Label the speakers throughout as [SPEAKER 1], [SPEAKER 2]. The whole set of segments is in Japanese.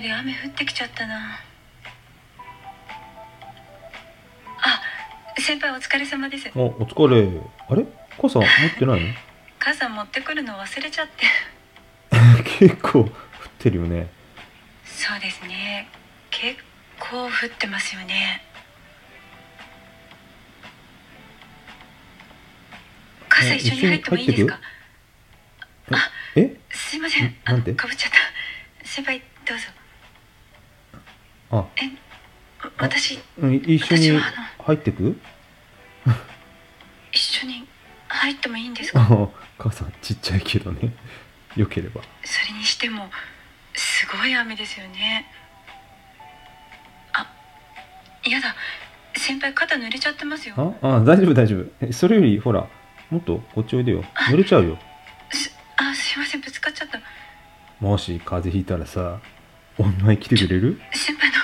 [SPEAKER 1] り雨降ってきちゃったなあ先輩お疲れ様です
[SPEAKER 2] あ、お疲れ。あれ傘持って ないの
[SPEAKER 1] 傘持ってくるの忘れちゃって
[SPEAKER 2] 結構降ってるよね。
[SPEAKER 1] そうですね結構降ってますよね傘
[SPEAKER 2] え
[SPEAKER 1] 一緒に入ってもいいですか
[SPEAKER 2] え
[SPEAKER 1] すいません
[SPEAKER 2] ん
[SPEAKER 1] あの
[SPEAKER 2] なんて
[SPEAKER 1] かぶっちゃった先輩どうぞ
[SPEAKER 2] あ、
[SPEAKER 1] わ私
[SPEAKER 2] うん一緒
[SPEAKER 1] 私
[SPEAKER 2] に
[SPEAKER 1] はあの
[SPEAKER 2] 入ってく
[SPEAKER 1] 一緒に入ってもいいんですか
[SPEAKER 2] あ傘ちっちゃいけどね。 よければ。
[SPEAKER 1] それにしてもすごい雨ですよねあやだ先輩肩濡れちゃってますよ
[SPEAKER 2] ああ、大丈夫大丈夫。えそれより、ほら、もっとこっちおいでよ。濡れちゃうよ。
[SPEAKER 1] すあすいませんぶつかっちゃった
[SPEAKER 2] もし風邪ひいたらさ、お見舞い来てくれる
[SPEAKER 1] 先輩の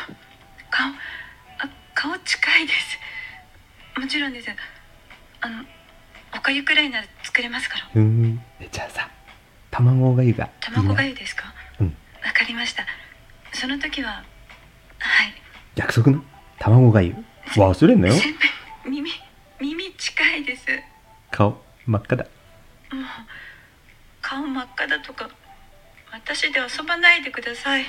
[SPEAKER 1] 顔あ顔近いですもちろんですあのおかゆくらいなら作れますから
[SPEAKER 2] うーん。えじゃあさ、卵がゆがいいな。
[SPEAKER 1] 卵がゆですか
[SPEAKER 2] うん
[SPEAKER 1] わかりましたその時ははい
[SPEAKER 2] 約束の卵がゆ。忘れんなよ。
[SPEAKER 1] 先輩耳耳近いです
[SPEAKER 2] 顔、真っ赤だ。
[SPEAKER 1] もう顔真っ赤だとか私で遊ばないでください